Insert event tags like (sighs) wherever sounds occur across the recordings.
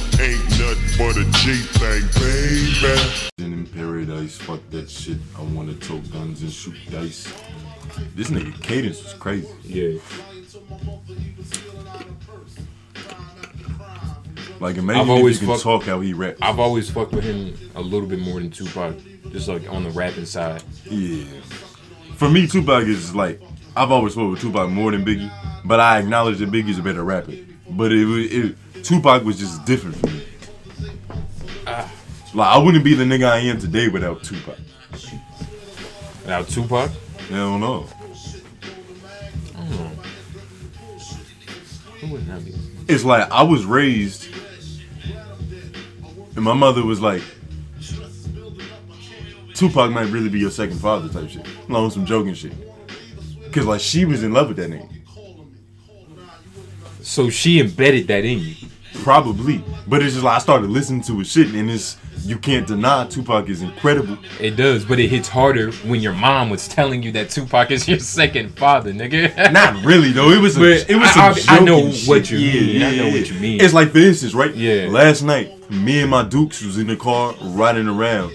Ain't nothing but a G thing, baby. Then in paradise, fuck that shit. I wanna tote guns and shoot dice. This nigga cadence was crazy. Yeah. Like imagine I've if always you can fucked- talk how he raps. I've always fucked with him a little bit more than Tupac, just like on the rapping side. Yeah. For me, Tupac is like I've always spoke with Tupac more than Biggie, but I acknowledge that Biggie's a better rapper. But it, was- it Tupac was just different for me. Ah. Like I wouldn't be the nigga I am today without Tupac. Now Tupac, Hell no. who would that be? It's like I was raised, and my mother was like, "Tupac might really be your second father," type shit, along with some joking shit. Cause like she was in love with that nigga. So she embedded that in you. Probably. But it's just like I started listening to his shit and it's you can't deny Tupac is incredible. It does, but it hits harder when your mom was telling you that Tupac is your (laughs) second father, nigga. (laughs) Not really though. It was a, But it was I- some I- I know joking shit. what you mean. I know what you mean. It's like for instance, right? Yeah. Last night, me and my Dukes was in the car riding around,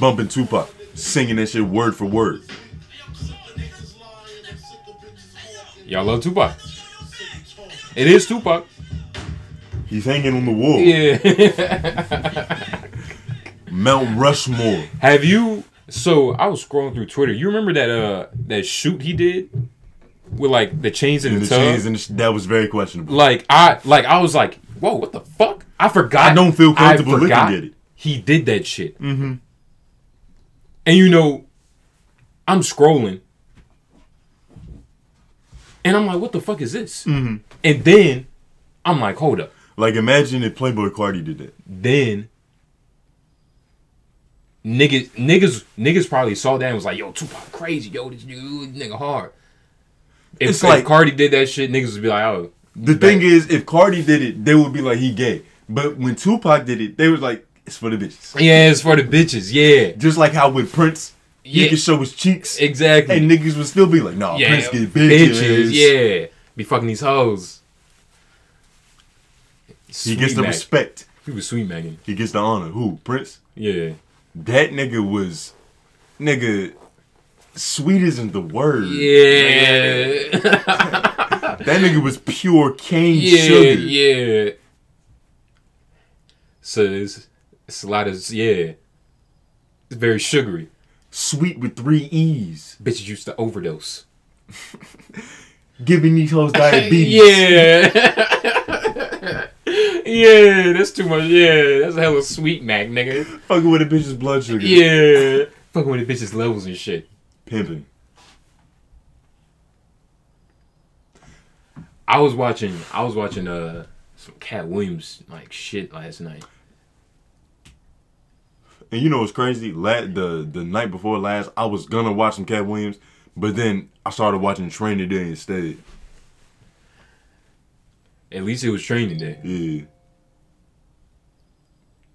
bumping Tupac, singing that shit word for word. Y'all love Tupac. It is Tupac. He's hanging on the wall. Yeah. Mount Rushmore. (laughs) Have you? So I was scrolling through Twitter. You remember that uh that shoot he did with like the chains in And the, the tub? chains and the sh- that was very questionable. like I like I was like, whoa, what the fuck? I forgot. I don't feel I comfortable looking forgot at it. He did that shit. Mm-hmm. And you know, I'm scrolling, and I'm like, what the fuck is this? Mm-hmm. And then I'm like, hold up. Like imagine if Playboy Cardi did that. Then niggas niggas niggas probably saw that and was like, yo, Tupac crazy, yo, this nigga, this nigga hard. If, It's if like- Cardi did that shit, niggas would be like, oh, The thing is, if Cardi did it, they would be like he gay. But when Tupac did it, they was like it's for the bitches. yeah, it's for the bitches, yeah. Just like how with Prince, Yeah. he could show his cheeks, Exactly. and niggas would still be like, "Nah, yeah, Prince get bitches." bitches. Yeah, be fucking these hoes. He gets the Sweet Mac. respect. He was sweet magging. He gets the honor. Who Prince? Yeah, That nigga was, nigga, sweet isn't the word. yeah, That nigga was pure cane yeah, sugar. (laughs) yeah. So it's, it's a lot of yeah. It's very sugary. Sweet with three E's, Bitches used to overdose. giving these (laughs) hoes diabetes. Yeah. Yeah, that's too much. Yeah, that's a hella sweet Mac, nigga. fucking with a bitch's blood sugar. Yeah, (laughs) fucking with the bitches levels and shit. pimping. I was watching I was watching uh some Cat Williams like shit last night. And you know what's crazy? La- the the night before last, I was gonna watch some Cat Williams, but then I started watching Training Day instead. At least it was training day. Yeah.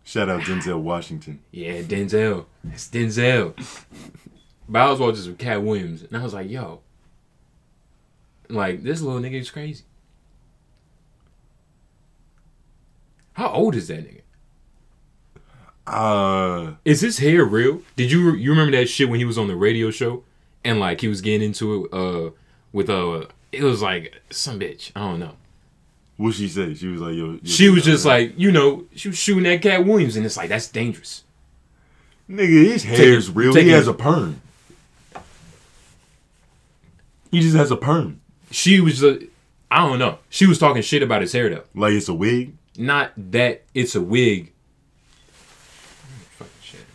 Shout out Denzel Washington. Yeah, Denzel. It's Denzel. but I was watching some Cat Williams and I was like, yo. Like, this little nigga is crazy. How old is that nigga? Uh, Is his hair real? Did you you remember that shit when he was on the radio show and like he was getting into it uh with uh it was like some bitch. I don't know. what she say? She was like, "Yo." yo, she was yo, just yo. like, you know, she was shooting at Cat Williams, and it's like that's dangerous. "Nigga, his hair's it- real. take he it- has a perm. He just has a perm. She was, I I don't know. She was talking shit about his hair though. Like it's a wig. Not that it's a wig. Fucking shit.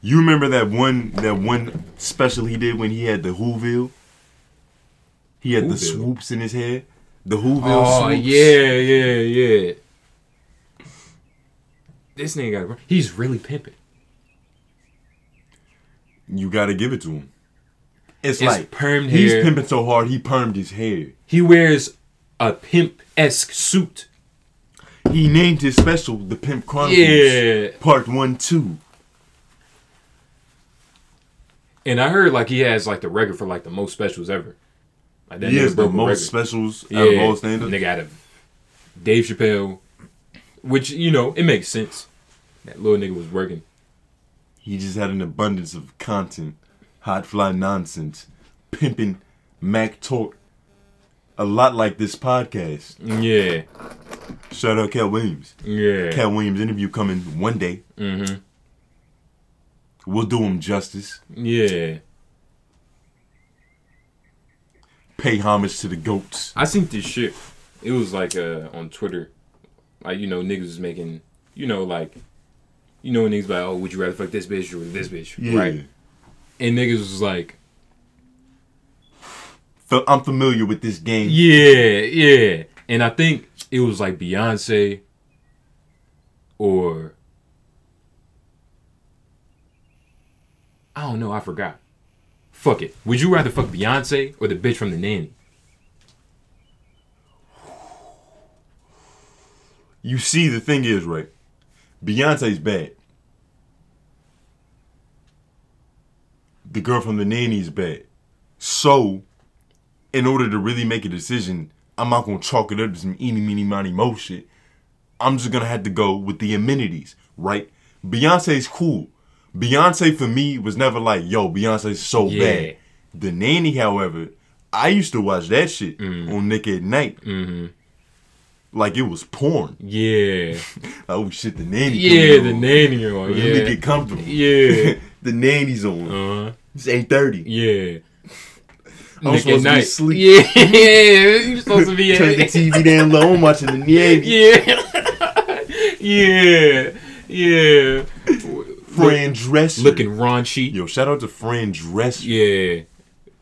You remember that one that one special he did when he had the Whoville? He had the Whoville? swoops in his hair. The Whoville Oh swoops. yeah, yeah, yeah. This nigga got. He's really pimping. You gotta give it to him. It's, It's like permed he's hair. pimping so hard he permed his hair. He wears a pimp esque suit. He named his special the Pimp Chronicles Yeah. Part One Two. And I heard like he has like the record for like the most specials ever. Like that he nigga has the broke a most record. specials out yeah, of all standards. Nigga out of Dave Chappelle, Which you know it makes sense. That little nigga was working. He just had an abundance of content, hot fly nonsense, pimping, Mac talk, a lot like this podcast. Yeah, Shout out Cat Williams. yeah. Cat Williams interview coming one day. Mhm. We'll do him justice. Yeah, Pay homage to the goats. I seen this shit. It was like uh, on Twitter, like you know niggas was making, you know like, you know niggas like, oh, would you rather fuck this bitch or this bitch, right? And niggas was like, Fa- I'm familiar with this game. yeah, yeah. And I think it was like Beyonce or I don't know, I forgot. Fuck it. Would you rather fuck Beyonce or the bitch from the nanny? You see, the thing is, right? Beyonce's bad. The girl from the nanny's bad. So, in order to really make a decision, I'm not gonna chalk it up to some eeny, meeny, miny, mo shit. I'm just gonna have to go with the amenities, right? Beyonce's cool. Beyonce for me was never like, yo, Beyonce's so Yeah. bad. The nanny, however, I used to watch that shit on Nick at Night. Like it was porn. (laughs) Yeah. Oh shit, the nanny. Yeah, coming the on. nanny or Let me yeah. get comfortable. (laughs) Yeah. (laughs) the nanny's on. Uh-huh. It's eight thirty. Yeah. (laughs) I'm Nick at supposed to be night. asleep. Yeah, (laughs) you're supposed (laughs) to be Turn the at TV down low. I'm watching (laughs) the nanny. Yeah. (laughs) yeah. Yeah. Fran Dresser. Looking raunchy. Yo, shout out to Fran Dresser. Yeah.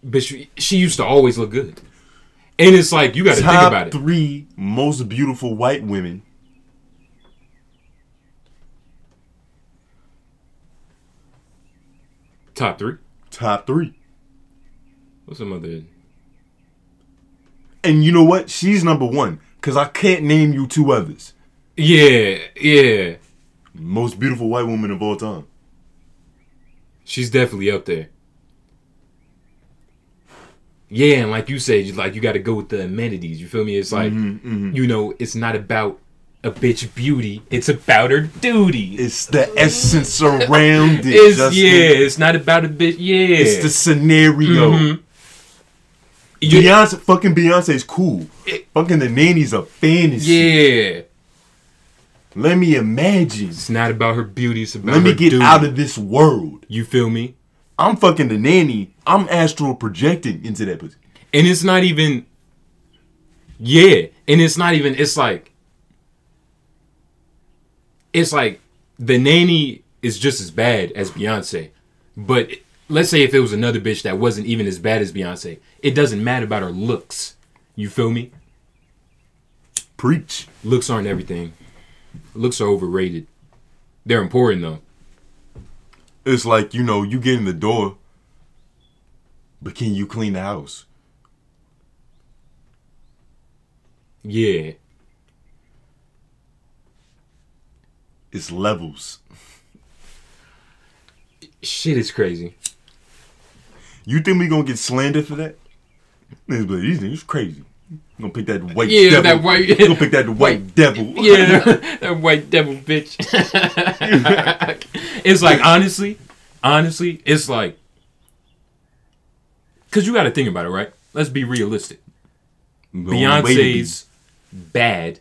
But she, she used to always look good. And it's like, you got to think Top about it. three most beautiful white women. Top three. Top three. What's some other? And you know what? She's number one because I can't name you two others. Yeah. Yeah. Most beautiful white woman of all time. She's definitely up there. Yeah, and like you said, you like you got to go with the amenities. You feel me? It's like Mm-hmm, you know, it's not about a bitch beauty; it's about her duty. It's It's, the (laughs) essence around it. Justin. yeah, it's not about a bitch. Yeah, It's the scenario. Mhm. You- Beyonce, fucking Beyonce's cool. It- fucking the nanny's a fantasy. yeah. Let me imagine. It's not about her beauty; it's about Let me her get duty. out of this world. You feel me? I'm fucking the nanny. I'm astral projecting into that pussy. And it's not even. Yeah, and it's not even. It's like. It's like the nanny is just as bad as Beyonce, but let's say if it was another bitch that wasn't even as bad as Beyonce, it doesn't matter about her looks. You feel me? Preach. Looks aren't everything. Looks are overrated. They're important though. It's like, you know, you get in the door, but can you clean the house? Yeah, It's levels. shit is crazy. You think we gonna get slandered for that? Niggas be like, These niggas crazy. gonna pick that white Yeah, devil. that (laughs) white- gonna pick that (laughs) white devil. (laughs) Yeah, (laughs) that white devil bitch. (laughs) it's like honestly, honestly, it's like because you got to think about it, right? Let's be realistic. The only way to be- Mm-hmm. Beyonce's bad,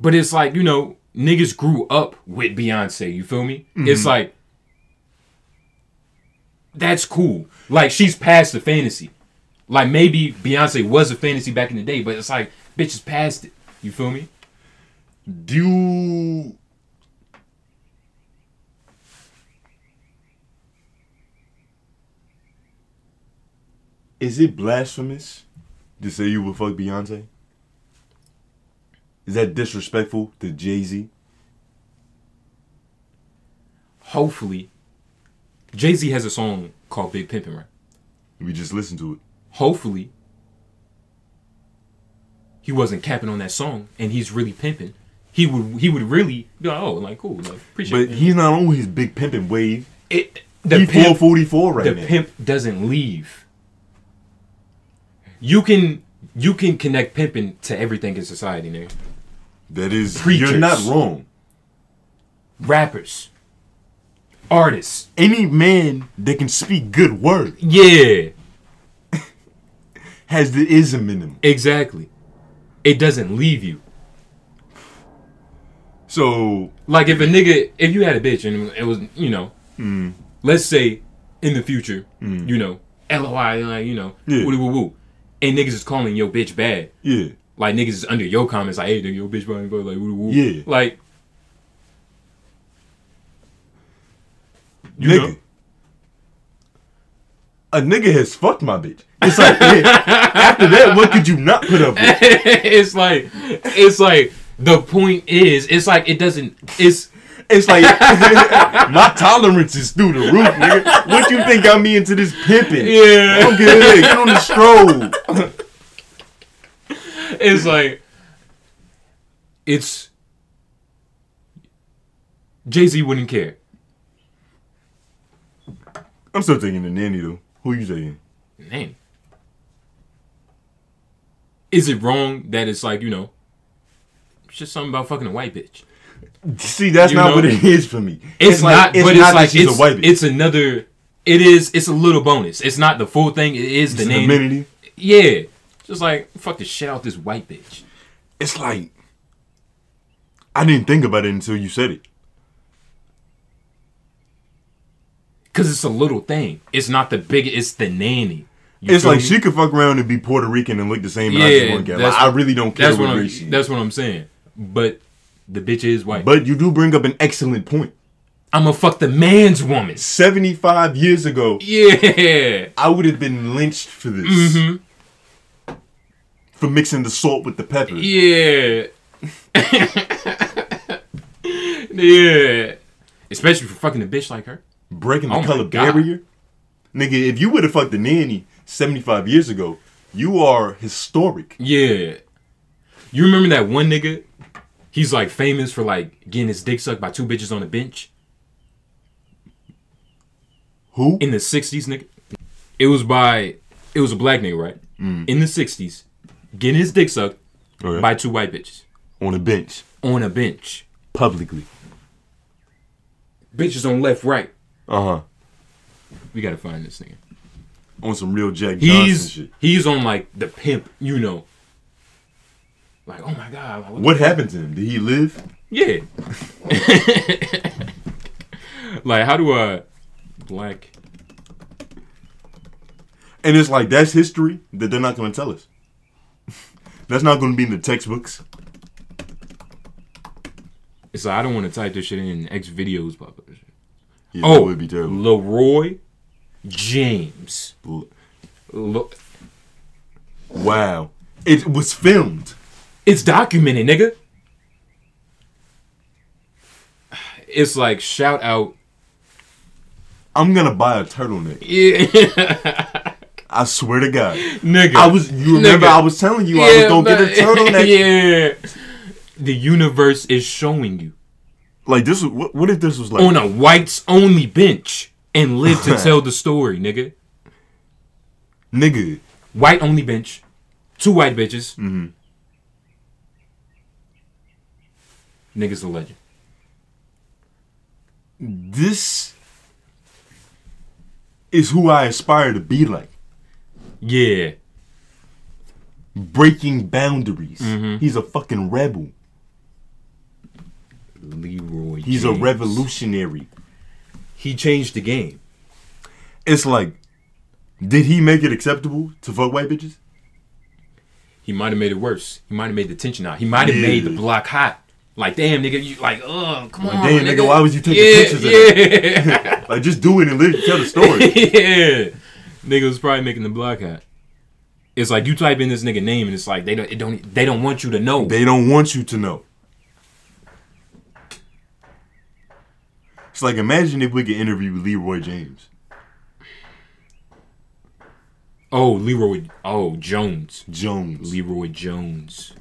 but it's like you know niggas grew up with Beyonce. You feel me? Mm-hmm. It's like that's cool. Like she's past the fantasy. Like maybe Beyonce was a fantasy back in the day, but it's like bitch is past it. You feel me? Do you... Is it blasphemous to say you would fuck Beyonce? Is that disrespectful to Jay Z? hopefully Jay Z has a song called Big Pimpin', right? We just listened to it. Hopefully he wasn't capping on that song and he's really pimping. He would he would really be like, oh, like cool, like appreciate But it. he's not on his big pimping wave. it. The He's pimp, 444 right the now. pimp doesn't leave. You can you can connect pimping to everything in society, nigga. That is, Preachers. you're not wrong. rappers, artists. Any man that can speak good word Yeah, has the ism in him. exactly. It doesn't leave you. So Like if a nigga, if you had a bitch and it was, you know, Mm. let's say in the future, you know, LOI, like, you know, Yeah. woo woo woo, and niggas is calling your bitch bad. yeah, Like niggas is under your comments, like, hey, nigga, your bitch bad, but like, woo woo. Yeah. Like, (laughs) you nigga, know, a nigga has fucked my bitch. It's like yeah, after that, what could you not put up with? it's like, it's like the point is, it's like it doesn't, it's. It's like (laughs) my tolerance is through the roof, nigga. What you think I'm me into this pimping? Yeah. Okay, yeah, get on the stroll. it's like it's Jay Z wouldn't care. I'm still taking the nanny though. Who you taking? Man, is it wrong that it's like you know, it's just something about fucking a white bitch? See, that's You not know? what it is for me. It's, not, but it's that like she's it's, a white bitch. it's another. It is. It's a little bonus. It's not the full thing. It is the It's an name. amenity. Yeah, just like fuck the shit out this white bitch. It's like I didn't think about it until you said it. Cause it's a little thing. It's not the big. It's the nanny. You It's feel like me? she could fuck around and be Puerto Rican and look the same, and I just Yeah, wouldn't care. that's Like, I really don't care That's what what I'm. race she is. That's what I'm saying. But the bitch is white. But you do bring up an excellent point. I'm gonna fuck the man's woman. 75 years ago, Yeah. I would have been lynched for this. For mixing the salt with the pepper. Mm-hmm. Yeah. (laughs) yeah. Especially for fucking a bitch like her. Breaking the Oh my color God. barrier. Nigga, if you would have fucked the nanny 75 years ago, you are historic. Yeah. You remember that one nigga? He's like famous for like getting his dick sucked by two bitches on a bench Who? in the '60s, nigga. It was by it was a black nigga, right? Mm. In the '60s, getting his dick sucked Alright. by two white bitches Oh, On a bench. on a bench. Publicly. bitches on left, right. Uh huh. We gotta find this nigga. On some real Jack Johnson He's shit. he's on like the pimp, you know. Like, oh my god, like, what? What happened to him? Did he live? yeah. (laughs) like, how do I black? And it's like that's history that they're not going to tell us. (laughs) that's not going to be in the textbooks. It's like I don't want to type this shit in X videos, blah blah. blah. Yeah, Oh, that would be terrible. Leroy James. Lo- Wow, it was filmed. it's documented, nigga. It's like shout out. (laughs) I'm gonna buy a turtleneck. Yeah, I swear to God. nigga. I was. You remember? Nigga. I was telling you I was gonna get a but- (laughs) turtleneck. yeah. The universe is showing you Like this. Was, what, what if this was like? on a whites only bench and live to tell the story, nigga. nigga, White only bench, two white bitches. Mm-hmm. Nigga's a legend. this is who I aspire to be like. Yeah. Breaking boundaries. Mm-hmm. He's a fucking rebel. Leroy. He's a James. revolutionary. He changed the game. It's like, did he make it acceptable to fuck white bitches? He might have made it worse. He might have made the tension out. He might have made the Yeah. block hot. Like damn, nigga, you like, oh, come on, damn, nigga, why was you taking pictures of Yeah, yeah. Like, just do it and live, tell the (laughs) story. (laughs) yeah, nigga was probably making the block hot. It's like you type in this nigga name and it's like they don't it don't they don't want you to know. they don't want you to know. It's like, imagine if we could interview Leroy James, oh, Leroy. Oh, Jones. Jones. Leroy Jones.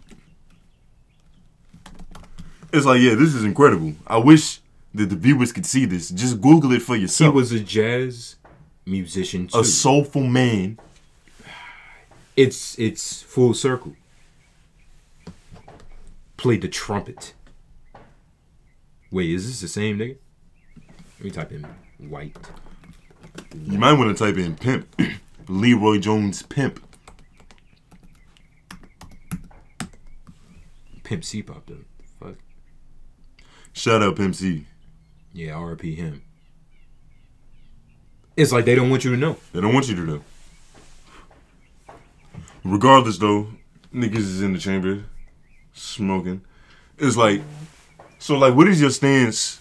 It's like, yeah, this is incredible. I wish that the viewers could see this. Just Google it for He yourself. was a jazz musician too. a soulful man. it's it's full circle. played the trumpet. Wait, is this the same nigga? Let me type in white. You might want to type in pimp. (clears throat) Leroy Jones pimp. Pimp C popped up. Fuck. Shout out Pimp C. Yeah, RP him. It's like they don't want you to know. They don't want you to though. Regardless though, niggas is in the chamber smoking. It's like so like what is your stance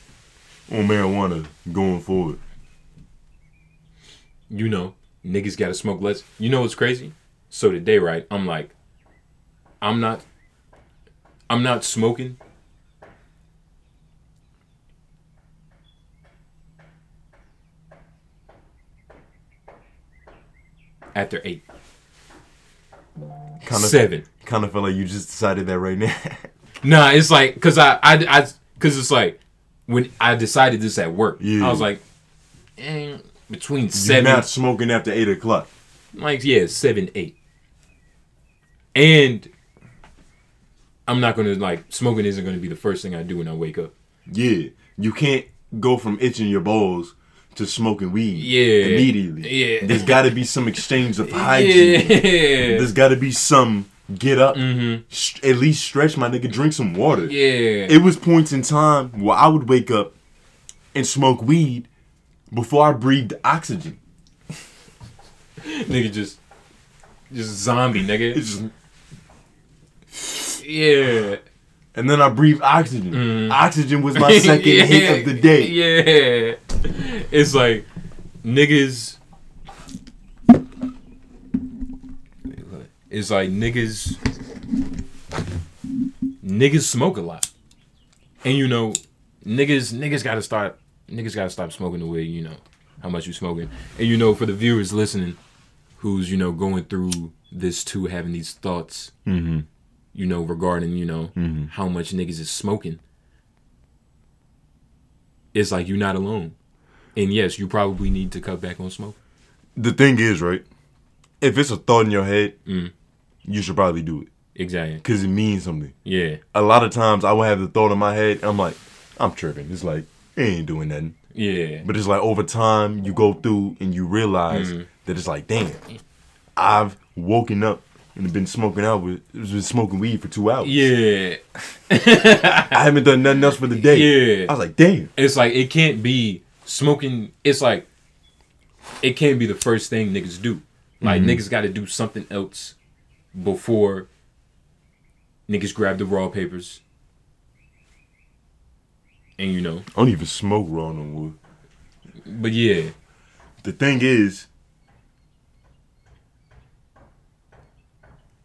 on marijuana going forward? You know, niggas gotta smoke less. You know what's crazy? So today, right, I'm like, I'm not I'm not smoking. After eight, Kind of seven. kind of feel like you just decided that right now. (laughs) Nah, it's like cause I I I cause it's like when I decided this at work, Yeah. I was like, eh, between You're seven, not smoking after eight o'clock. like yeah, seven eight, and I'm not gonna like smoking isn't gonna be the first thing I do when I wake up. Yeah, you can't go from itching your balls to smoking weed. Yeah. immediately. Yeah. there's got to be some exchange (laughs) of hygiene. (laughs) Yeah, Mm-hmm. There's got to be some get up, st- at least stretch my nigga, drink some water. (laughs) yeah. It was points in time where I would wake up and smoke weed before I breathed oxygen. nigga just just zombie nigga. It's just, Yeah. and then I breathed oxygen. Oxygen was (laughs) my second hit of the day. Mm. Yeah. It's like niggas It's like niggas niggas smoke a lot. And you know, niggas niggas gotta start niggas gotta stop smoking the way you know how much you smoking. And you know, for the viewers listening who's, you know, going through this too, having these thoughts Mm-hmm. you know, regarding, you know, how much niggas is smoking. It's like you're not alone. And yes, you probably need to cut back on smoke. The thing is, right? If it's a thought in your head, Mm. you should probably do it Exactly. because it means something. Yeah. a lot of times I would have the thought in my head, and I'm like, I'm tripping. It's like, it ain't doing nothing. Yeah. But it's like over time you go through and you realize Mm. that it's like, damn, I've woken up and been smoking out with been smoking weed for two hours. Yeah. I haven't done nothing else for the day. Yeah. I was like, damn. It's like it can't be smoking it's like it can't be the first thing niggas do. Like niggas gotta do something else before niggas grab the raw papers. And you know. I don't even smoke raw no more. But yeah. The thing is,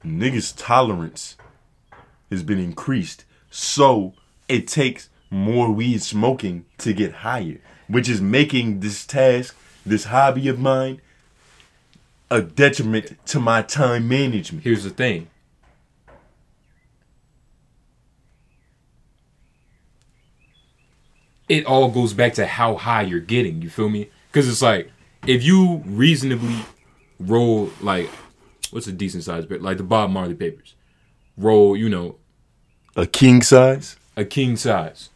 niggas' tolerance has been increased. So it takes more weed smoking to get higher, which is making this task, this hobby of mine, a detriment to my time management. Here's the thing. It all goes back to how high you're getting, you feel me? Cuz it's like if you reasonably roll like what's a decent size paper? Like the Bob Marley papers. Roll, you know, A king size? a king size.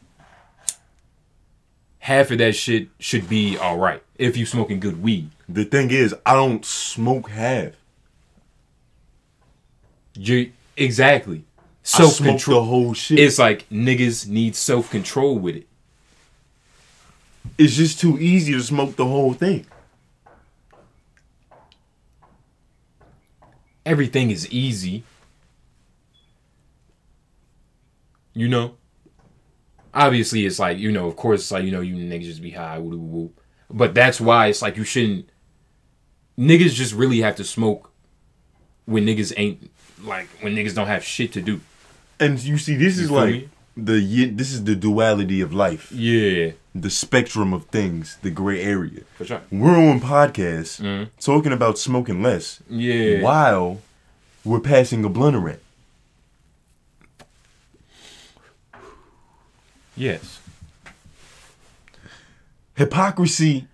Half of that shit should be all right if you smoking good weed. The thing is, I don't smoke half. You exactly. I Self smoke control. the whole shit. It's like niggas need self control with it. it's just too easy to smoke the whole thing. everything is easy. You know? Obviously, it's like, you know, of course, it's like, you know, you niggas just be high, woo woo woo. But that's why it's like you shouldn't. Niggas just really have to smoke when niggas ain't, like, when niggas don't have shit to do. And you see, this is feel like me? the ye- this is the duality of life, Yeah. the spectrum of things, the gray area. For sure. We're on podcasts talking about smoking less, Mm-hmm. Yeah. while we're passing a blunt around. Yes. Hypocrisy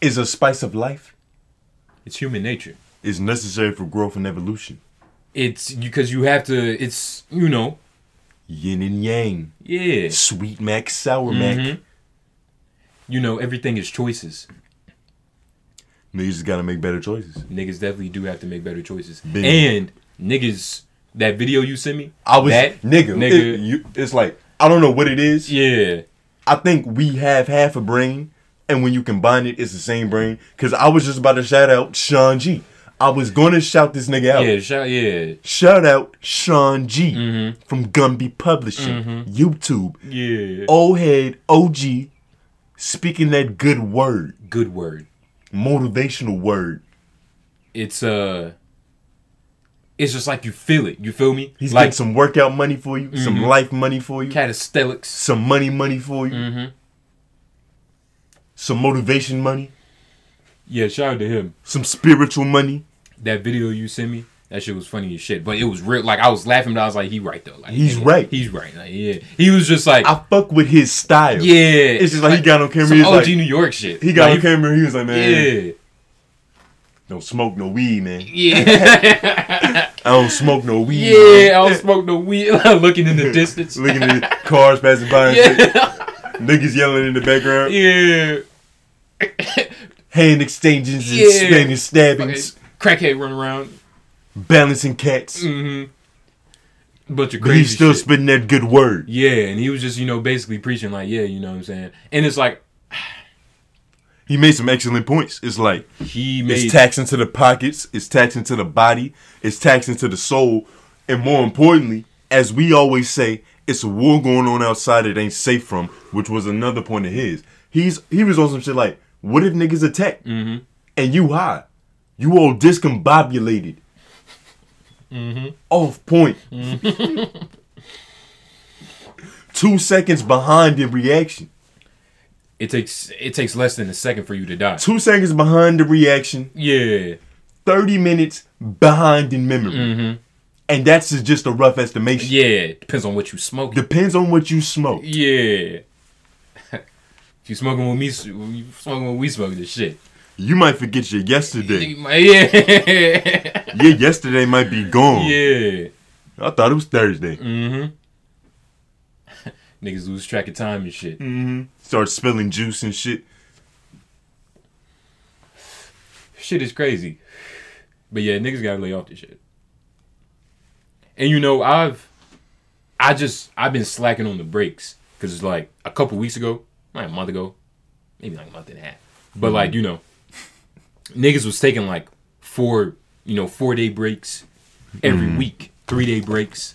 is a spice of life. It's human nature. Is necessary for growth and evolution. It's because you have to, it's, you know, yin and yang, Yeah. sweet mac, sour mac. Mhm. You know, everything is choices. Niggas just gotta make better choices. Niggas definitely do have to make better choices. Big. And niggas, that video you sent me, I was that nigga. nigga. it- you, it's like I don't know what it is. yeah, I think we have half a brain, and when you combine it, it's the same brain. Cause I was just about to shout out Sean G. I was gonna shout this nigga out. yeah, Mm-hmm. shout, yeah, Shout out Sean G from Gumby Publishing, Mm-hmm. YouTube, yeah. old head OG, speaking that good word, Good word. motivational word. It's uh, it's just like you feel it. You feel me? He's like Mm-hmm. getting some workout money for you, some life money for you, catastelics. some money money for you, Mm-hmm. some motivation money, Yeah, shout out to him. some spiritual money. That video you sent me, that shit was funny as shit. But it was real. Like I was laughing, but I was like, he right though. Like He's yeah, right. He's right. Like yeah, he was just like I fuck with his style. yeah. It's just like, he got on camera. some He's OG like, New York shit. he got Like, on camera. He was like, man, Yeah, don't smoke no weed, (laughs) man. yeah. I don't smoke no weed. man." Yeah, I (laughs) was smoking the weed, (laughs) looking in the distance. (laughs) Looking at the cars passing by and shit. yeah, Niggas yelling in the background. yeah. Hand exchanges and Yeah. spinning stabbings. Crackhead run around. Balancing cats. Mm-hmm. Bunch of But crazy. he's still shit. spitting that good word. yeah, and he was just you know basically preaching like yeah, you know what I'm saying. And it's like He made some excellent points. It's like, he it's made taxing to the pockets. It's taxing to the body. It's taxing to the soul. And more importantly, as we always say, it's a war going on outside it ain't safe from, which was another point of his. He's he was on some shit like, what if niggas attack and you high, you all discombobulated, off point, (laughs) two seconds behind the reaction. it takes it takes less than a second for you to die. Two seconds behind the reaction. Yeah, 30 minutes behind in memory. And that's just- just a rough estimation. Mm-hmm. yeah. Depends on what you smoke. Depends on what you smoke. yeah. (laughs) if you smoking with me, you smoking with we smoking this shit. You might forget your (laughs) yesterday. Yeah, Your yesterday might be gone. yeah. Mm. I thought it was Thursday. Niggas lose track of time and shit. Start spilling juice and shit. Shit is crazy. But yeah, niggas gotta lay off this shit. And you know, I've I just I've been slacking on the breaks. Cause it's like a couple weeks ago, like a month ago, maybe like a month and a half. But like, Mm-hmm. you know, niggas was taking like four, you know, four day breaks every Mm-hmm. week. Three day breaks.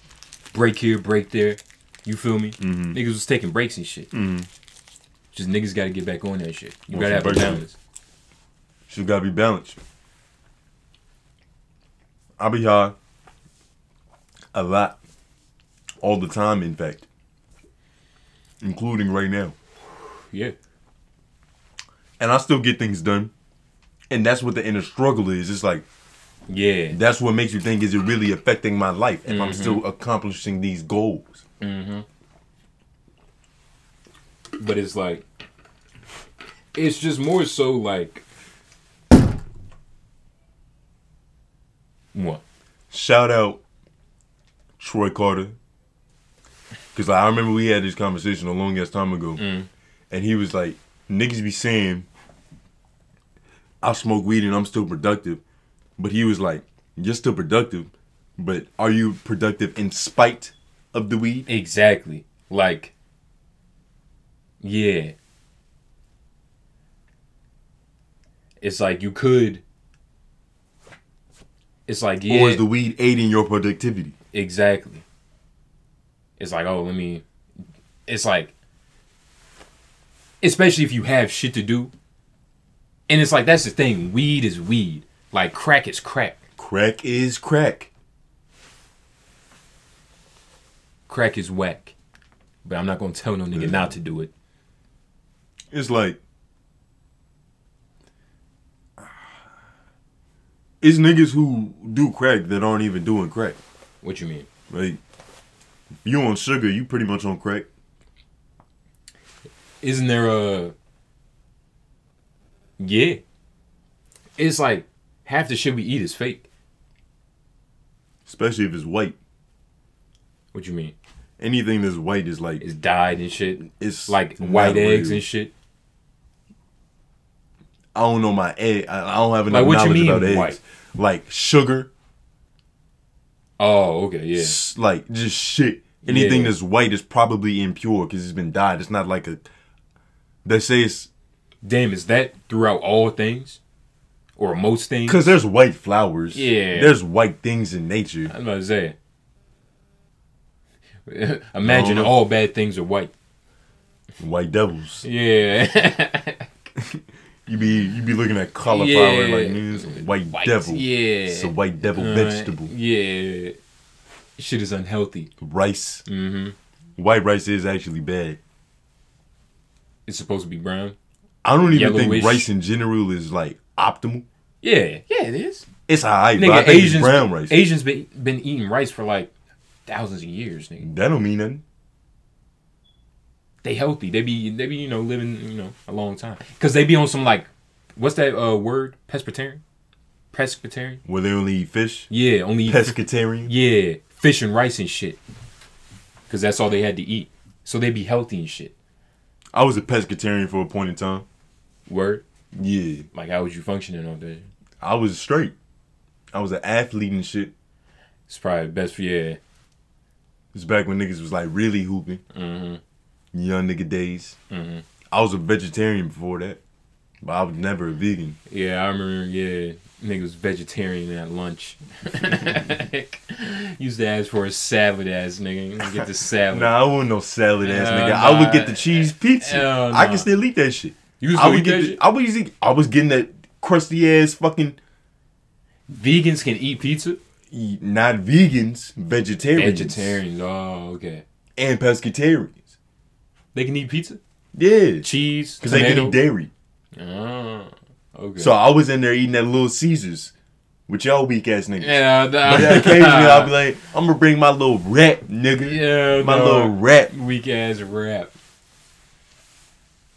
Break here, break there. You feel me? Mm-hmm. Niggas was taking breaks and shit. Just niggas gotta get back on that shit. You Want gotta have some a breaks? balance. Shit gotta be balanced. I be high a lot. All the time, in fact. Including right now. Yeah. And I still get things done. And that's what the inner struggle is. It's like, Yeah. That's what makes you think is it really affecting my life if I'm still accomplishing these goals? but it's like it's just more so like what Shout out Troy Carter. Cause like, I remember we had this conversation a long ass time ago. And he was like, niggas be saying I smoke weed and I'm still productive. But he was like, You're still productive, but are you productive in spite of the weed? exactly like yeah it's like you could it's like yeah Or is the weed aiding your productivity? Exactly. It's like, oh, let me. It's like, especially if you have shit to do. And it's like, that's the thing. Weed is weed. Like, crack is crack. Crack is crack. Crack is whack. But I'm not going to tell no nigga not to do it. It's like it's niggas who do crack that aren't even doing crack. What you mean? Like if you on sugar, you pretty much on crack. Isn't there a. Yeah. It's like, half the shit we eat is fake. Especially if it's white. What you mean? anything that's white is like It's dyed and shit. it's Like not white eggs real. and shit. I don't know my egg. I I don't have enough Like, what you knowledge mean, about eggs. white? Like sugar, Oh, okay, yeah. s- like just shit. Anything Yeah. that's white is probably impure because it's been dyed. It's not like a. They say it's Damn, is that throughout all things? Or most things? because there's white flowers. Yeah. There's white things in nature. I'm about to say. (laughs) Imagine know. all bad things are white. White devils. Yeah. You be you be looking at cauliflower Yeah. like man, it's a (laughs) white, White, devil. yeah. It's a white devil Uh, vegetable. Yeah. Shit is unhealthy. Rice. Mm-hmm. White rice is actually bad. It's supposed to be brown. I don't even think Yellowish. rice in general is like optimal. Yeah, yeah, it is. It's alright, but I Nigga, think Asians, it's brown rice. Asians been, been eating rice for like thousands of years, nigga. that don't mean nothing. They healthy. They be they be you know living you know a long time because they be on some like what's that uh word pescatarian, pescatarian. Where they only eat fish. Yeah, only eat Pescatarian. Yeah, fish and rice and shit. Cause that's all they had to eat. So they be healthy and shit. I was a pescatarian for a point in time. Word? Yeah. Like how was you functioning on that? I was straight. I was an athlete and shit. It's probably best for yeah. It's back when niggas was like really hooping. Mm-hmm. Young nigga days. Mm-hmm. I was a vegetarian before that, but I was never a vegan. Yeah, I remember yeah, nigga was vegetarian at lunch. (laughs) Used to ask for a salad ass nigga. and Get the salad. Nah, I wasn't no salad ass Uh, nigga. I would nah. get the cheese pizza. Hell I nah. can still eat that shit. You was I would eat get. that the- shit? I was eating, I was getting that crusty ass fucking Vegans can eat pizza? not vegans, vegetarians, Vegetarians. Oh, okay. and pescatarians. They can eat pizza? Yeah, Cheese. because they can tomato. eat dairy. Oh, okay. So I was in there eating that little Caesars with y'all weak ass niggas. yeah, that, But occasionally I'll be like, I'm gonna bring my little rap, nigga. Yeah, my no. little rap. (laughs) weak ass rap.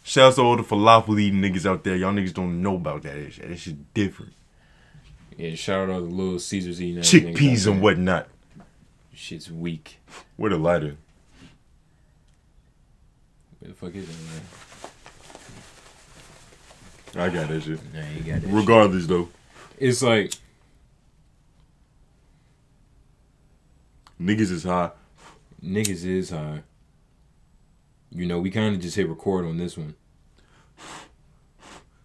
Shouts to all the falafel eating niggas out there. Y'all niggas don't know about that shit. That shit different. Yeah, shout out to Little Caesars eating that thing. Chickpeas and whatnot. Shit's weak. Where the lighter? Where the fuck is it? Man? I got that shit. Nah, you got it. Regardless though, It's like niggas is high. niggas is high. You know, we kind of just hit record on this one.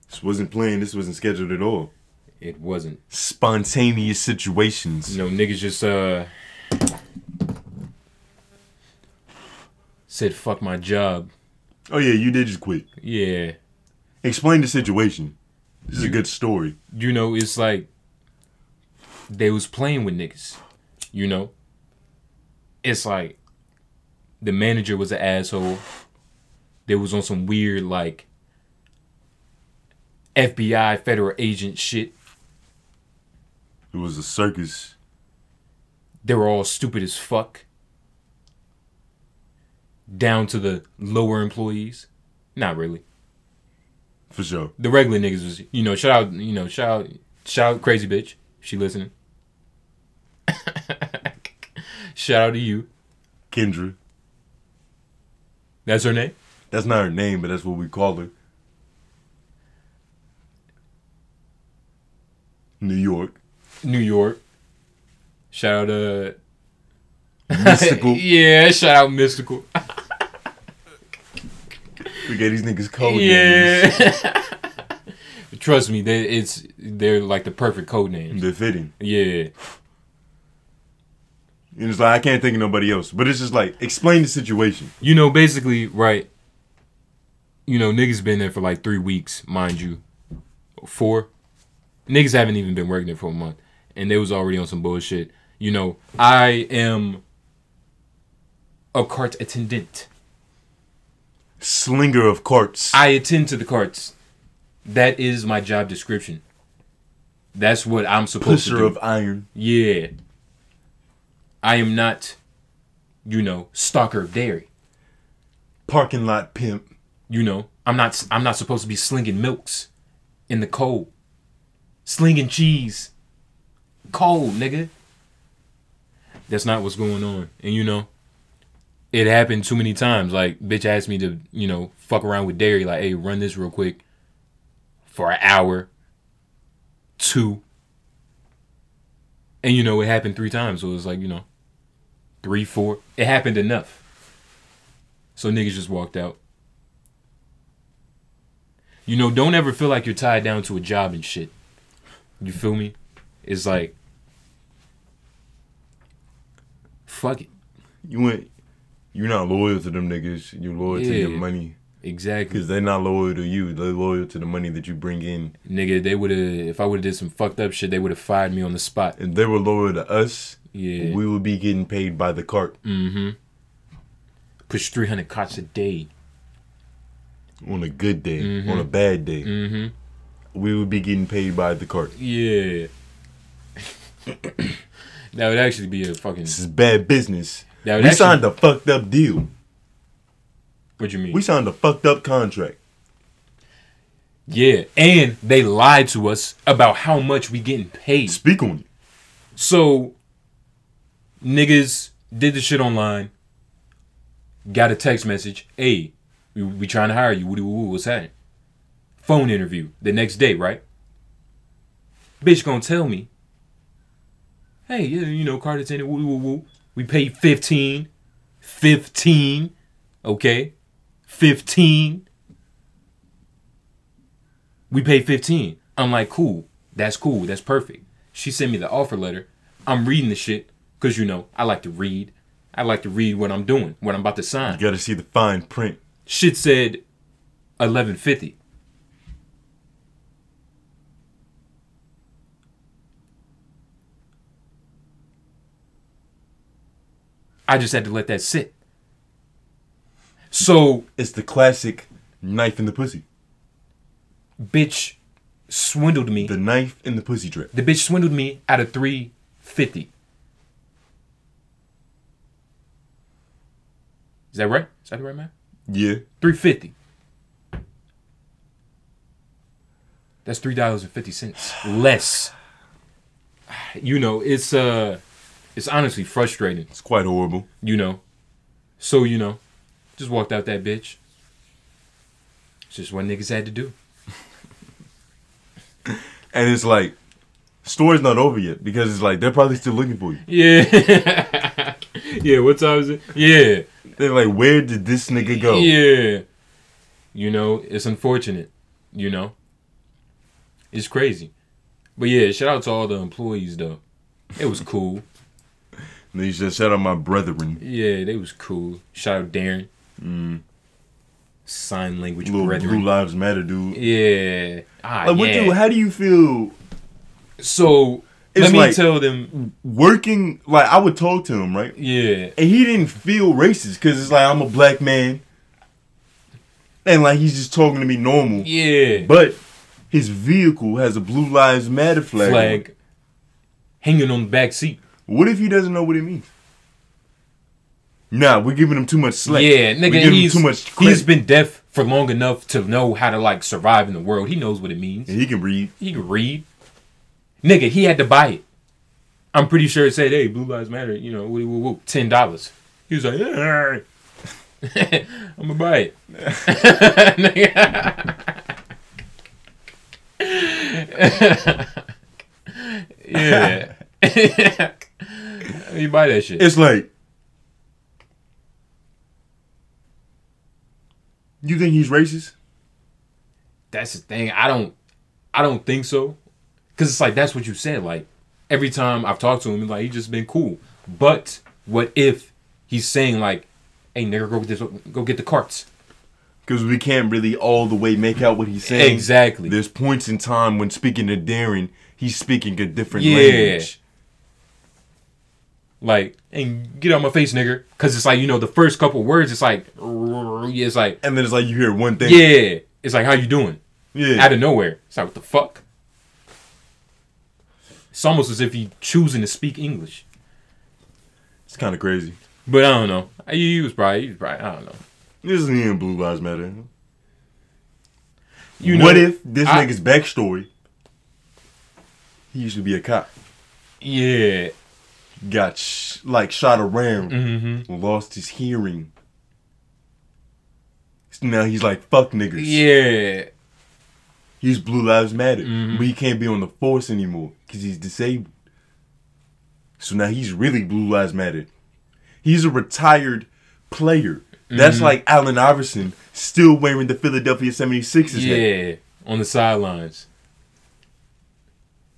This wasn't planned. This wasn't scheduled at all. It wasn't. Spontaneous situations. You know, niggas just uh said fuck my job. Oh yeah, you did just quit. Yeah. Explain the situation. This is a good story. you know, it's like they was playing with niggas. You know, it's like the manager was an asshole. They was on some weird like FBI federal agent shit. It was a circus. They were all stupid as fuck. Down to the lower employees. Not really. For sure. The regular niggas was, you know, shout out, you know, shout out, shout out, crazy bitch. She listening. (laughs) shout out to you. Kendra. That's her name. That's not her name, but that's what we call her. New (laughs) York. New York. Shout out to Mystical. yeah, shout out mystical. we gave these niggas code names. (laughs) yeah. (laughs) Trust me, they it's they're like the perfect code names. They're fitting. Yeah. And it's like, I can't think of nobody else. But it's just like, explain the situation. You know, basically, right. You know, niggas been there for like three weeks, mind you. Four. Niggas haven't even been working there for a month. And they was already on some bullshit. You know, I am a cart attendant. Slinger of carts. I attend to the carts. That is my job description. That's what I'm supposed to Pusher do. of iron. yeah. I am not, you know, stalker of dairy. Parking lot pimp. You know, I'm not. I'm not supposed to be slinging milks in the cold, slinging cheese, cold, nigga. That's not what's going on, and you know, it happened too many times. Like, bitch asked me to, you know, fuck around with dairy. Like, hey, run this real quick for an hour, two. And, you know, it happened three times. So it was like, you know, three, four. It happened enough. So niggas just walked out. You know, don't ever feel like you're tied down to a job and shit. You feel me? It's like, fuck it. You went. You're not loyal to them niggas. You're loyal to your Yeah. money Exactly. because they're not loyal to you. They're loyal to the money that you bring in. Nigga, they would have, if I would have did some fucked up shit, they would have fired me on the spot. If they were loyal to us, Yeah. we would be getting paid by the cart Push 300 cots a day. on a good day, Mm-hmm. on a bad day. Mhm. We would be getting paid by the cart. Yeah. (coughs) that would actually be a fucking. This is bad business. That we would actually, signed a fucked up deal. What you mean? We signed a fucked up contract. yeah. And they lied to us about how much we getting paid. Speak on it. So, niggas did the shit online. Got a text message. Hey, we, we trying to hire you. Woody woo woo. What's happening? Phone interview the next day, right? Bitch gonna tell me. Hey, yeah, you know, card attendant. Woo woo woo. We paid 15. 15. Okay. 15. We paid 15. I'm like, cool. That's cool. That's perfect. She sent me the offer letter. I'm reading the shit because, you know, I like to read. I like to read what I'm doing, what I'm about to sign. You gotta see the fine print. Shit said 1150. I just had to let that sit. So It's the classic knife in the pussy. bitch swindled me. The knife in the pussy trap. The bitch swindled me out of 350. Is that right? Is that the right man? Yeah. 350. That's $3.50 less. You know, it's uh it's honestly frustrating, It's quite horrible. you know. So, you know, just walked out that bitch. It's just what niggas had to do. And it's like, story's not over yet because it's like, they're probably still looking for you. Yeah. (laughs) yeah, what time is it? Yeah. They're like, where did this nigga go? Yeah. You know, it's unfortunate. You know, it's crazy. But yeah, shout out to all the employees though. It was cool. And he said, shout out my brethren. yeah, they was cool. Shout out Darren. Mm. Sign language Little Blue brethren. Lives Matter dude. yeah. Ah, Like, what yeah. do, how do you feel so It's let me like- tell them. working? Like, I would talk to him, right? Yeah. And he didn't feel racist because it's like, I'm a black man. And like, he's just talking to me normal. Yeah. But his vehicle has a Blue Lives Matter flag. on it. Flag hanging on the back seat. What if he doesn't know what it means? Nah, we're giving him too much slack. Yeah, nigga, we give he's, him too much credit. he's been deaf for long enough to know how to like survive in the world. He knows what it means. And he can read. He could read. Nigga, he had to buy it. I'm pretty sure it said, hey, Blue Lives Matter, you know, woo, woo, woo, $10. He was like, (laughs) "Yeah, I'm going to buy it. (laughs) yeah. (laughs) you buy that shit. It's like you think he's racist? that's the thing. I don't, I don't think so, because it's like that's what you said. Like every time I've talked to him, like he just been cool. But what if he's saying like, "Hey nigga, go get this, go get the carts." Because we can't really all the way make out what he's saying. Exactly. There's points in time when speaking to Darren, he's speaking a different Yeah. language. Like, and get out my face, nigga, because it's like you know the first couple words, it's like, it's like, And then it's like you hear one thing. yeah, it's like how you doing Yeah. out of nowhere. It's like what the fuck. It's almost as if he choosing to speak English. It's kind of crazy. But I don't know. He he was probably, he was probably, I don't know. This isn't even Blue Lives Matter. You what know, if this I- nigga's backstory? He used to be a cop. Yeah. got sh- like shot around, Mm-hmm. lost his hearing. Now he's like fuck niggas. Yeah. He's Blue Lives Matter, Mhm. but he can't be on the force anymore because he's disabled. So now he's really Blue Lives Matter. He's a retired player. Mm-hmm. That's like Allen Iverson still wearing the Philadelphia 76ers. Yeah. hat. On the sidelines.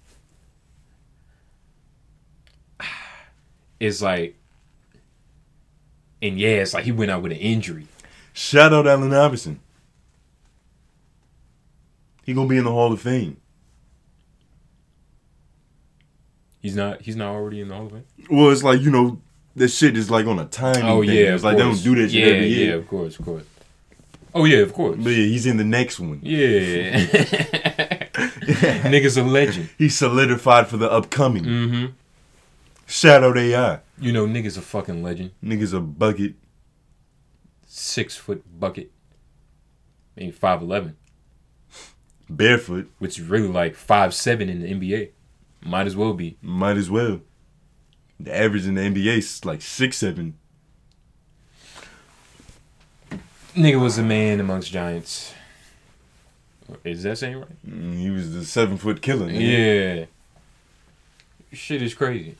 (sighs) It's like, and yeah, it's like he went out with an injury. Shout out Allen Iverson. He gonna be in the Hall of Fame. He's not. He's not already in the Hall of Fame. Well, it's like you know, this shit is like on a timing. Oh thing. yeah, it's of like course. they don't do that shit yeah, every year. Yeah, of course, of course. Oh yeah, of course. But yeah, he's in the next one. Yeah. (laughs) (laughs) Nigga's a legend. He's solidified for the upcoming. hmm Shout out AI. You know, nigga's a fucking legend. Niggas a bucket. Six foot bucket. Maybe five eleven, Barefoot. which is really like five seven in the NBA. Might as well be. Might as well. The average in the NBA is like six seven. Nigga was a man amongst giants. Is that saying right? Mm, He was the seven foot killer. nigga. Yeah. Shit is crazy.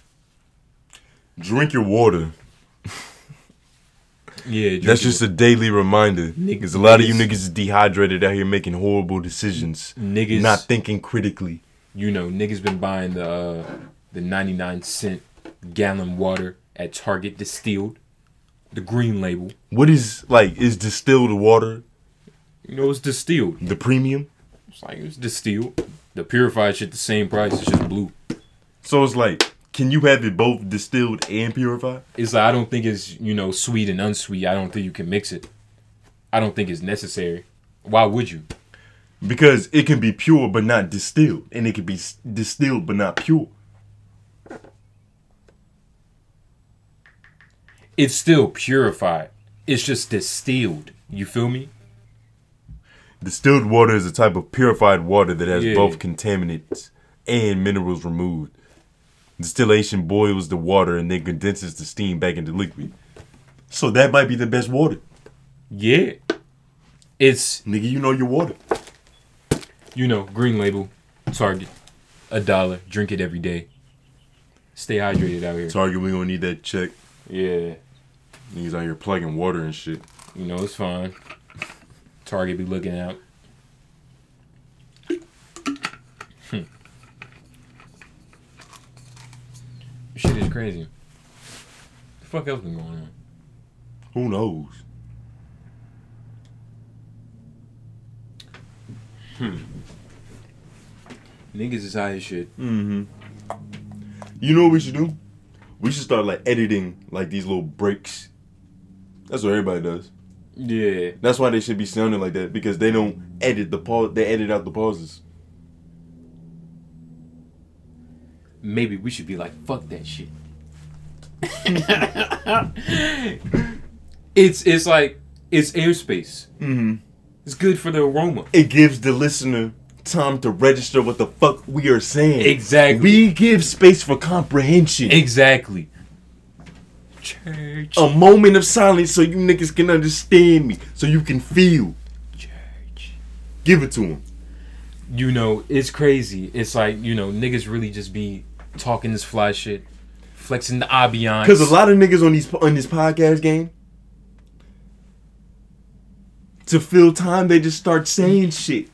Drink your water. Yeah. That's just a daily reminder. Niggas- Because a lot of you niggas- niggas is dehydrated out here making horrible decisions. niggas. Not thinking critically. you know, niggas been buying the uh, the 99 cent gallon water at Target distilled, the green label. What is like is distilled water You know, it's distilled. the premium? It's like it's distilled. The purified shit, the same price. It's just blue. So it's like, can you have it both distilled and purified? It's like, I don't think it's you know sweet and unsweet. I don't think you can mix it. I don't think it's necessary. Why would you? Because it can be pure but not distilled, and it can be s- distilled but not pure. It's still purified. It's just distilled. You feel me? Distilled water is a type of purified water that has Yeah. both contaminants and minerals removed. Distillation boils the water and then condenses the steam back into liquid. So that might be the best water. Yeah. It's Nigga, you know your water. you know, green label, Target, a dollar. Drink it every day. Stay hydrated out here. Target, we gonna need that check. Yeah, Niggas out here plugging water and shit. you know it's fine. Target be looking out. Hmm. Shit is crazy. The fuck else been going on? Who knows? Niggas is high as shit. Mm-hmm. You know what we should do? We should start like editing like these little breaks. That's what everybody does. Yeah. That's why they should be sounding like that because they don't edit the pause. They edit out the pauses. Maybe we should be like, fuck that shit. (laughs) it's it's like it's airspace. Mm-hmm. It's good for the aroma. It gives the listener time to register what the fuck we are saying. Exactly. We give space for comprehension. Exactly. Church. a moment of silence so you niggas can understand me, so you can feel. Church. Give it to him. You know, it's crazy. It's like, you know, niggas really just be talking this fly shit, flexing the ambiance. Cause a lot of niggas on these on this podcast game, to fill time, they just start saying shit.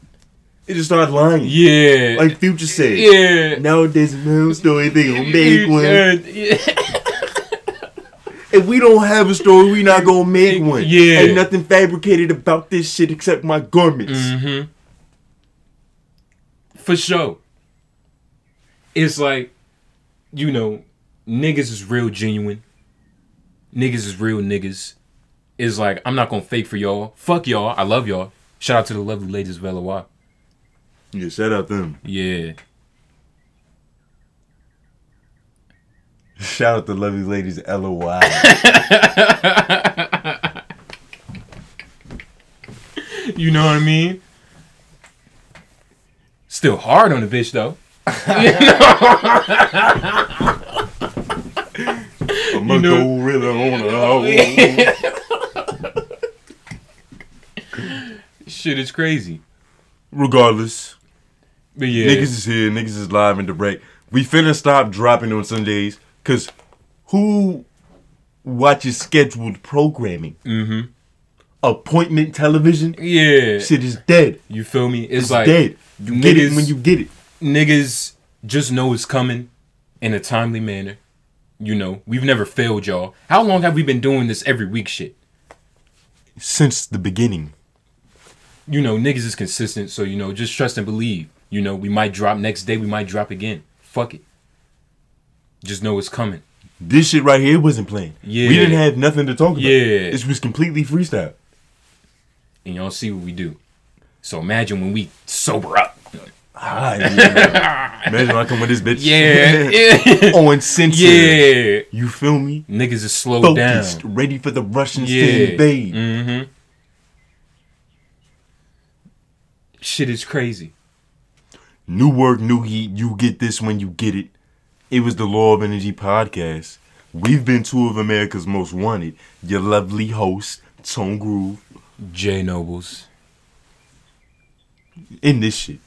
They just start lying. Yeah. Like Future said. yeah. Nowadays, man, story they gonna make one. Yeah. Yeah. If we don't have a story, we not gonna (laughs) make one. Yeah. Ain't nothing fabricated about this shit except my garments. Mhm. (laughs) For sure. It's like, you know, niggas is real genuine. Niggas is real niggas. It's like, I'm not gonna fake for y'all. Fuck y'all. I love y'all. Shout out to the lovely ladies of LOI. Yeah, shout out them. Yeah. Shout out the lovely ladies, LOI. (laughs) You know what I mean? Still hard on the bitch though. I'm gonna know- go really on a hoe. Shit is crazy. Regardless, But yeah, niggas is here. Niggas is live and direct. We finna stop dropping on Sundays because who watches scheduled programming? Mm-hmm. Appointment television. yeah. Shit is dead. You feel me? It's, It's like dead. You niggas, get it when you get it. niggas just know it's coming in a timely manner. You know, we've never failed y'all. How long have we been doing this every week shit? Since the beginning. You know, niggas is consistent, so you know, just trust and believe. You know, we might drop next day, we might drop again. Fuck it. Just know it's coming. This shit right here wasn't planned. Yeah. We didn't have nothing to talk about. Yeah. This was completely freestyle. And y'all see what we do. So imagine when we sober up. (laughs) Ah, yeah. Imagine I come with this bitch. Yeah. yeah. (laughs) (laughs) On censor. yeah. You feel me? Niggas is slowed Focused, down. ready for the Russians to Yeah. invade. Mm-hmm. Shit is crazy. New work, new heat. You get this when you get it. It was the Law of Energy podcast. We've been two of America's most wanted. Your lovely host, Tone Groove, J Nobles. in this shit.